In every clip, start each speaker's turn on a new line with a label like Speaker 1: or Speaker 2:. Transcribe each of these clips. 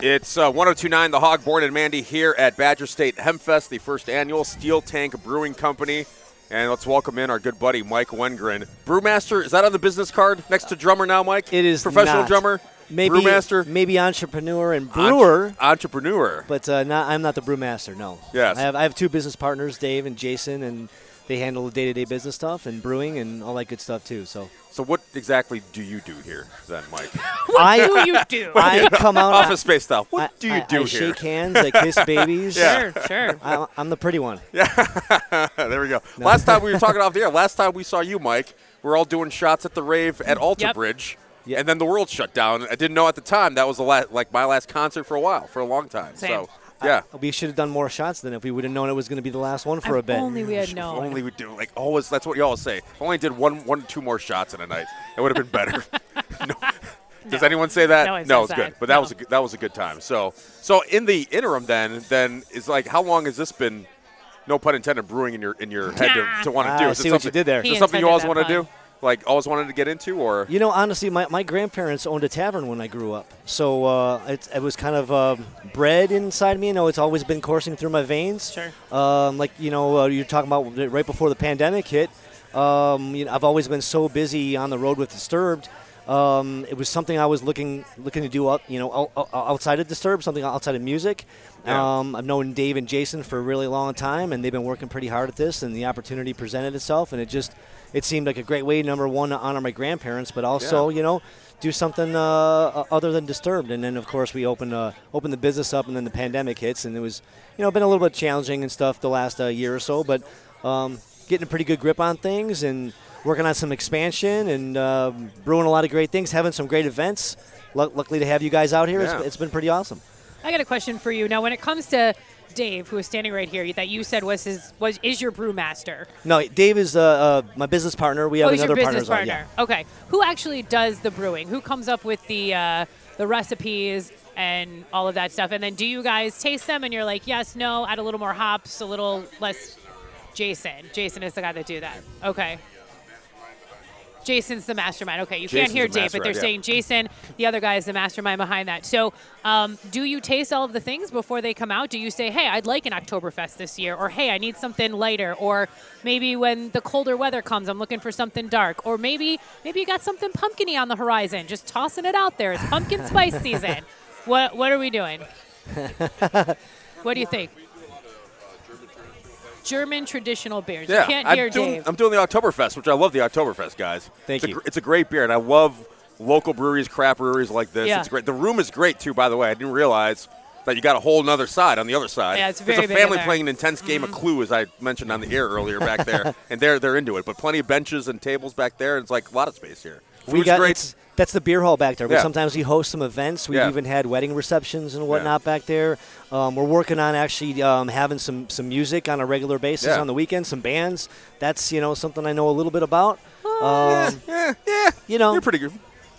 Speaker 1: It's uh, 1029 The Hog, Born and Mandy here at Badger State Hemfest, the first annual Steel Tank Brewing Company. And let's welcome in our good buddy Mike Wengren. Brewmaster, is that on the business card next to drummer now, Mike?
Speaker 2: It is
Speaker 1: Professional
Speaker 2: not.
Speaker 1: drummer?
Speaker 2: Maybe
Speaker 1: Brewmaster?
Speaker 2: maybe entrepreneur and
Speaker 1: Entre-
Speaker 2: brewer,
Speaker 1: entrepreneur.
Speaker 2: but uh, not, I'm not the brewmaster. No.
Speaker 1: Yes.
Speaker 2: I have I have two business partners, Dave and Jason, and they handle the day-to-day business stuff and brewing and all that good stuff too. So
Speaker 1: So what exactly do you do here then, Mike?
Speaker 2: what I
Speaker 3: Who you do?
Speaker 2: I come out
Speaker 1: Office space style.
Speaker 2: Uh, I,
Speaker 1: What do you
Speaker 2: I-
Speaker 1: do
Speaker 2: I
Speaker 1: here?
Speaker 2: shake hands, I kiss babies.
Speaker 3: Sure, sure.
Speaker 2: I, I'm the pretty one.
Speaker 1: there we go. Last time we were talking off the air. Last time we saw you, Mike, we are all doing shots at the rave at Alter
Speaker 3: Yep.
Speaker 1: Bridge,
Speaker 2: Yeah.
Speaker 1: and then the world shut down. I didn't know at the time that was the la- like my last concert for a while, for a long time.
Speaker 3: Same.
Speaker 1: So yeah,
Speaker 2: We should have done more shots than if we would have known it was going to be the last one for a
Speaker 3: If
Speaker 2: bit.
Speaker 3: Only we had known.
Speaker 1: if only we do like always. That's what you always say. If only did one, one, two more shots in a night, it would have been better. no. Does anyone say that?
Speaker 3: No,
Speaker 1: it's
Speaker 3: it's outside.
Speaker 1: good. But that
Speaker 3: No.
Speaker 1: was a good, that was a good time. So so in the interim, then then is like how long has this been? No pun intended. Brewing in your in your head to, to want to
Speaker 2: Ah,
Speaker 1: do.
Speaker 2: I
Speaker 1: Is it
Speaker 2: see what you
Speaker 1: something-
Speaker 2: did there.
Speaker 1: Is
Speaker 3: He
Speaker 1: it something you always
Speaker 3: intended
Speaker 1: want to
Speaker 3: that
Speaker 1: do? Like always wanted to get into, or
Speaker 2: You know, honestly, my, my grandparents owned a tavern when I grew up, so uh, it, it was kind of um bred inside me. You know, it's always been coursing through my veins.
Speaker 3: Sure.
Speaker 2: Um, like you know, uh, you're talking about right before the pandemic hit. Um, you know, I've always been so busy on the road with Disturbed. Um, it was something I was looking looking to do out, you know, out, out- outside of Disturbed, something outside of music.
Speaker 1: Yeah.
Speaker 2: Um, I've known Dave and Jason for a really long time, and they've been working pretty hard at this. And the opportunity presented itself, and it just it seemed like a great way, number one, to honor my grandparents, but also
Speaker 1: Yeah.
Speaker 2: you know do something uh, o- other than disturbed. And then of course we opened uh, opened the business up, and then the pandemic hits, and it was you know been a little bit challenging and stuff the last uh, year or so, but um, getting a pretty good grip on things and working on some expansion and uh, brewing a lot of great things, having some great events. Lu- Luckily to have you guys out here,
Speaker 1: Yeah.
Speaker 2: it's, it's been pretty awesome.
Speaker 3: I got a question for you. Now, when it comes to Dave, who is standing right here, that you said was his was is your brewmaster.
Speaker 2: No, Dave is uh, uh, my business partner. We have
Speaker 3: oh, he's your
Speaker 2: another
Speaker 3: business
Speaker 2: partners on, yeah.
Speaker 3: partner. Okay, who actually does the brewing? Who comes up with the uh, the recipes and all of that stuff? And then do you guys taste them and you're like, yes, no, add a little more hops, a little less. Jason, Jason is the guy that do that. Okay. Jason's the mastermind. Okay, you
Speaker 1: Jason's
Speaker 3: can't hear
Speaker 1: the
Speaker 3: Dave, but they're
Speaker 1: mastermind, yeah.
Speaker 3: saying Jason, the other guy, is the mastermind behind that. So, um, do you taste all of the things before they come out? Do you say, "Hey, I'd like an Oktoberfest this year," or "Hey, I need something lighter," or maybe when the colder weather comes, I'm looking for something dark, or maybe maybe you got something pumpkiny on the horizon, just tossing it out there. It's pumpkin spice season. What what are we doing? What do you think? uh, German traditional beers.
Speaker 1: Yeah,
Speaker 3: you can't
Speaker 1: I'm
Speaker 3: hear
Speaker 1: doing,
Speaker 3: Dave.
Speaker 1: I'm doing the Oktoberfest, which I love the Oktoberfest, guys.
Speaker 2: Thank
Speaker 1: it's A,
Speaker 2: you.
Speaker 1: gr- it's a great beer, and I love local breweries, craft breweries like this.
Speaker 3: Yeah.
Speaker 1: It's great. The room is great too. By the way, I didn't realize that you got a whole nother side on the other side.
Speaker 3: Yeah, it's very
Speaker 1: There's a
Speaker 3: big in
Speaker 1: family
Speaker 3: there. Mm-hmm.
Speaker 1: playing an intense game of Clue, as I mentioned on the air earlier back there, and they're they're into it. But plenty of benches and tables back there, and it's like a lot of space here.
Speaker 2: We
Speaker 1: Food's
Speaker 2: got
Speaker 1: great.
Speaker 2: it's- that's the beer hall back there.
Speaker 1: Yeah.
Speaker 2: But sometimes we host some events. We've
Speaker 1: Yeah.
Speaker 2: even had wedding receptions and whatnot back there. Um, we're working on actually um, having some some music on a regular basis
Speaker 1: Yeah.
Speaker 2: on the weekends. Some bands. That's you know something I know a little bit about. Um,
Speaker 1: Oh, yeah, yeah,
Speaker 2: you know.
Speaker 1: you're pretty good.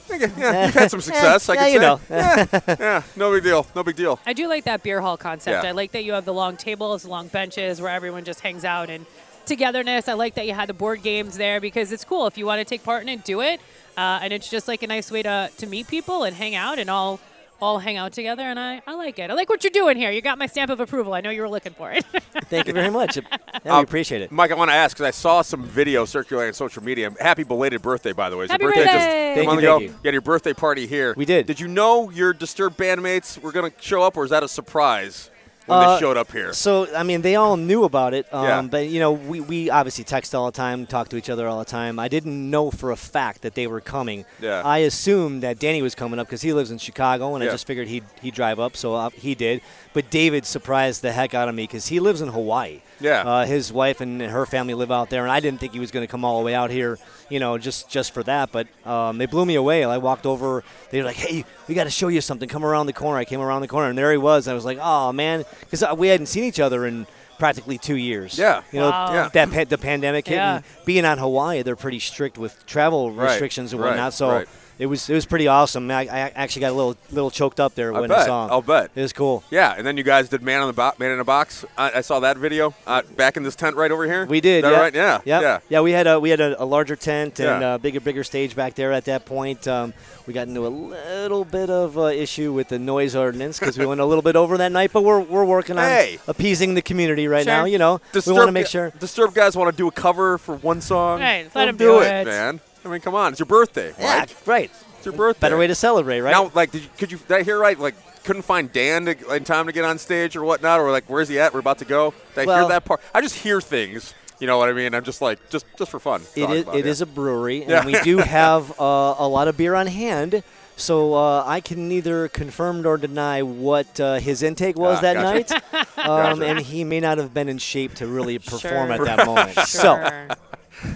Speaker 1: Yeah, yeah, you've had some success. I
Speaker 2: yeah,
Speaker 1: can
Speaker 2: you
Speaker 1: say.
Speaker 2: know.
Speaker 1: Yeah, yeah, no big deal. No big deal.
Speaker 3: I do like that beer hall concept.
Speaker 1: Yeah.
Speaker 3: I like that you have the long tables, long benches where everyone just hangs out and togetherness. I like that you had the board games there because it's cool if you want to take part in it, do it. Uh, and it's just like a nice way to, to meet people and hang out and all all hang out together. And I, I like it. I like what you're doing here. You got my stamp of approval. I know you were looking for it.
Speaker 2: Thank you very much. Yeah, we
Speaker 1: Um,
Speaker 2: appreciate it.
Speaker 1: Mike, I want to ask because I saw some video circulating on social media. Happy belated birthday, by the way. Is
Speaker 3: Happy
Speaker 1: your birthday just
Speaker 3: birthday.
Speaker 1: a
Speaker 2: Thank
Speaker 1: month
Speaker 2: you,
Speaker 1: ago?
Speaker 2: thank you.
Speaker 1: had your birthday party here.
Speaker 2: We did.
Speaker 1: Did you know your disturbed bandmates were going to show up, or is that a surprise when
Speaker 2: Uh,
Speaker 1: they showed up here?
Speaker 2: So I mean, they all knew about it. Um,
Speaker 1: Yeah.
Speaker 2: But you know, we, we obviously text all the time, talk to each other all the time. I didn't know for a fact that they were coming.
Speaker 1: Yeah.
Speaker 2: I assumed that Danny was coming up because he lives in Chicago, and
Speaker 1: Yeah.
Speaker 2: I just figured he'd he'd drive up, so uh, he did. But David surprised the heck out of me because he lives in Hawaii.
Speaker 1: Yeah.
Speaker 2: Uh, his wife and her family live out there, and I didn't think he was going to come all the way out here, you know, just just for that. But um, they blew me away. I walked over. They were like, "Hey, we got to show you something. Come around the corner." I came around the corner, and there he was. I was like, "Oh man," because we hadn't seen each other in practically two years.
Speaker 1: Yeah.
Speaker 2: you know,
Speaker 3: Wow.
Speaker 1: Yeah.
Speaker 2: that pa- the pandemic hit,
Speaker 3: Yeah.
Speaker 2: and being on Hawaii, they're pretty strict with travel
Speaker 1: Right,
Speaker 2: restrictions and
Speaker 1: right,
Speaker 2: whatnot. So.
Speaker 1: right.
Speaker 2: it was it was pretty awesome. I, I actually got a little little choked up there
Speaker 1: I
Speaker 2: when
Speaker 1: bet.
Speaker 2: I saw him.
Speaker 1: I'll bet.
Speaker 2: It was cool.
Speaker 1: Yeah, and then you guys did man on the bo- man in a box. I, I saw that video uh, back in this tent right over here.
Speaker 2: We
Speaker 1: Is
Speaker 2: did.
Speaker 1: that
Speaker 2: yeah.
Speaker 1: right? Yeah.
Speaker 2: Yep.
Speaker 1: Yeah.
Speaker 2: Yeah. We had a we had a, a larger tent and
Speaker 1: Yeah.
Speaker 2: a bigger bigger stage back there. At that point, um, we got into a little bit of uh, issue with the noise ordinance because we went a little bit over that night. But we're, we're working on
Speaker 1: Hey.
Speaker 2: appeasing the community right
Speaker 3: Sure.
Speaker 2: now. You know,
Speaker 1: Disturb,
Speaker 2: we want to make sure.
Speaker 1: Disturb guys want to do a cover for one song.
Speaker 3: Hey, let 'em
Speaker 1: them do
Speaker 3: do
Speaker 1: it,
Speaker 3: it.
Speaker 1: man. I mean, come on, it's your birthday.
Speaker 2: Yeah.
Speaker 1: Mike.
Speaker 2: Right.
Speaker 1: It's your birthday.
Speaker 2: Better way to celebrate, right?
Speaker 1: Now, like, did you, could you did I hear right? Like, couldn't find Dan to, in time to get on stage or whatnot, or like, where's he at? We're about to go. Did I hear
Speaker 2: Well-
Speaker 1: that part? I just hear things. You know what I mean? I'm just like, just just for fun.
Speaker 2: It
Speaker 1: talk
Speaker 2: is,
Speaker 1: about
Speaker 2: it is a brewery, and
Speaker 1: Yeah.
Speaker 2: we do have uh, a lot of beer on hand. So uh, I can neither confirm nor deny what uh, his intake was
Speaker 1: Ah,
Speaker 2: that
Speaker 1: gotcha.
Speaker 2: night, um,
Speaker 1: Gotcha.
Speaker 2: and he may not have been in shape to really perform
Speaker 3: Sure.
Speaker 2: at that moment. So uh,
Speaker 3: Sure.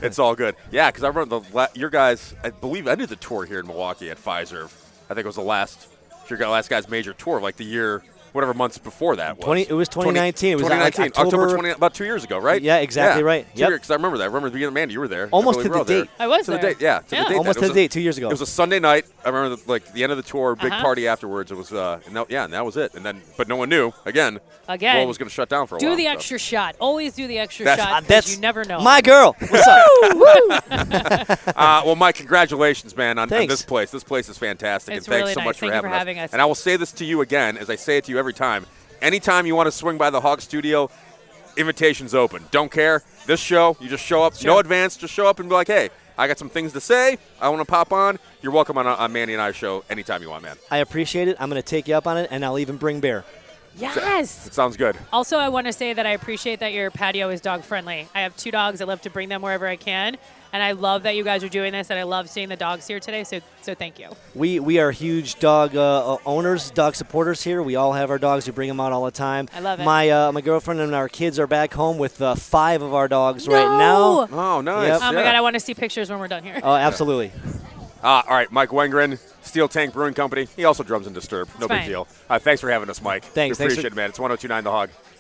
Speaker 1: It's all good. Yeah, because I remember the la- your guys. I believe ended the tour here in Milwaukee at Pfizer. I think it was the last your guy- last guy's major tour, like the year, whatever months before that was.
Speaker 2: 20 it was 2019. It was like
Speaker 1: 2019, October
Speaker 2: October-
Speaker 1: 20, about two years ago, right?
Speaker 2: Yeah, exactly right. Yep.
Speaker 1: Because I remember that. I remember the beginning, Mandy, you were there. I
Speaker 2: Almost
Speaker 1: believe
Speaker 2: to
Speaker 1: we were
Speaker 2: the
Speaker 1: all there.
Speaker 2: date.
Speaker 3: I was
Speaker 1: to the
Speaker 3: there.
Speaker 1: date. Yeah, to
Speaker 3: Yeah.
Speaker 1: the date. that.
Speaker 2: Almost
Speaker 1: It
Speaker 2: to
Speaker 1: was
Speaker 2: the
Speaker 1: a-
Speaker 2: date, two years ago.
Speaker 1: It was a Sunday night. I remember the, like the end of the tour, big
Speaker 3: Uh-huh.
Speaker 1: party afterwards. It was uh, and that, yeah, and that was it. And then, but no one knew again.
Speaker 3: Again.
Speaker 1: Lowell was going to shut down for a
Speaker 3: Do
Speaker 1: while.
Speaker 3: the
Speaker 1: so.
Speaker 3: extra shot. Always do the extra
Speaker 1: That's-
Speaker 2: Uh,
Speaker 3: shot. 'cause
Speaker 2: that's
Speaker 3: you never know.
Speaker 2: My girl. What's up?
Speaker 1: Uh, well, Mike, congratulations, man, on, on
Speaker 2: Thanks.
Speaker 1: this place. This place is fantastic,
Speaker 3: It's
Speaker 1: and thanks
Speaker 3: really
Speaker 1: so
Speaker 3: nice.
Speaker 1: much
Speaker 3: Thank
Speaker 1: for having,
Speaker 3: you for having us.
Speaker 1: And I will say this to you again, as I say it to you every time. Anytime you want to swing by the Hog Studio, invitations open. Don't care. This show, you just show up. No
Speaker 3: Sure.
Speaker 1: advance. Just show up and be like, hey, I got some things to say. I want to pop on. You're welcome on, on Mandy and I show anytime you want, man.
Speaker 2: I appreciate it. I'm going to take you up on it, and I'll even bring beer.
Speaker 3: yes.
Speaker 1: It sounds good.
Speaker 3: Also, I want to say that I appreciate that your patio is dog friendly. I have two dogs. I love to bring them wherever I can. And I love that you guys are doing this, and I love seeing the dogs here today. So, so thank you. Oh
Speaker 2: We we are huge dog uh, uh, owners, dog supporters here. We all have our dogs. We bring them out all the time.
Speaker 3: I love it.
Speaker 2: My uh, my girlfriend and our kids are back home with uh, five of our dogs right now.
Speaker 3: No!
Speaker 1: Oh, nice.
Speaker 2: Yep.
Speaker 3: Oh my
Speaker 1: yeah.
Speaker 3: god, I want to see pictures when we're done here.
Speaker 2: Oh, absolutely.
Speaker 1: Uh, all right, Mike Wengren, Steel Tank Brewing Company. He also drums and Disturb. No big
Speaker 3: fine.
Speaker 1: deal. Uh, thanks for having us, Mike.
Speaker 2: Thanks.
Speaker 1: We
Speaker 2: Thanks
Speaker 1: appreciate it,
Speaker 2: for-
Speaker 1: man. It's 1029 The Hog.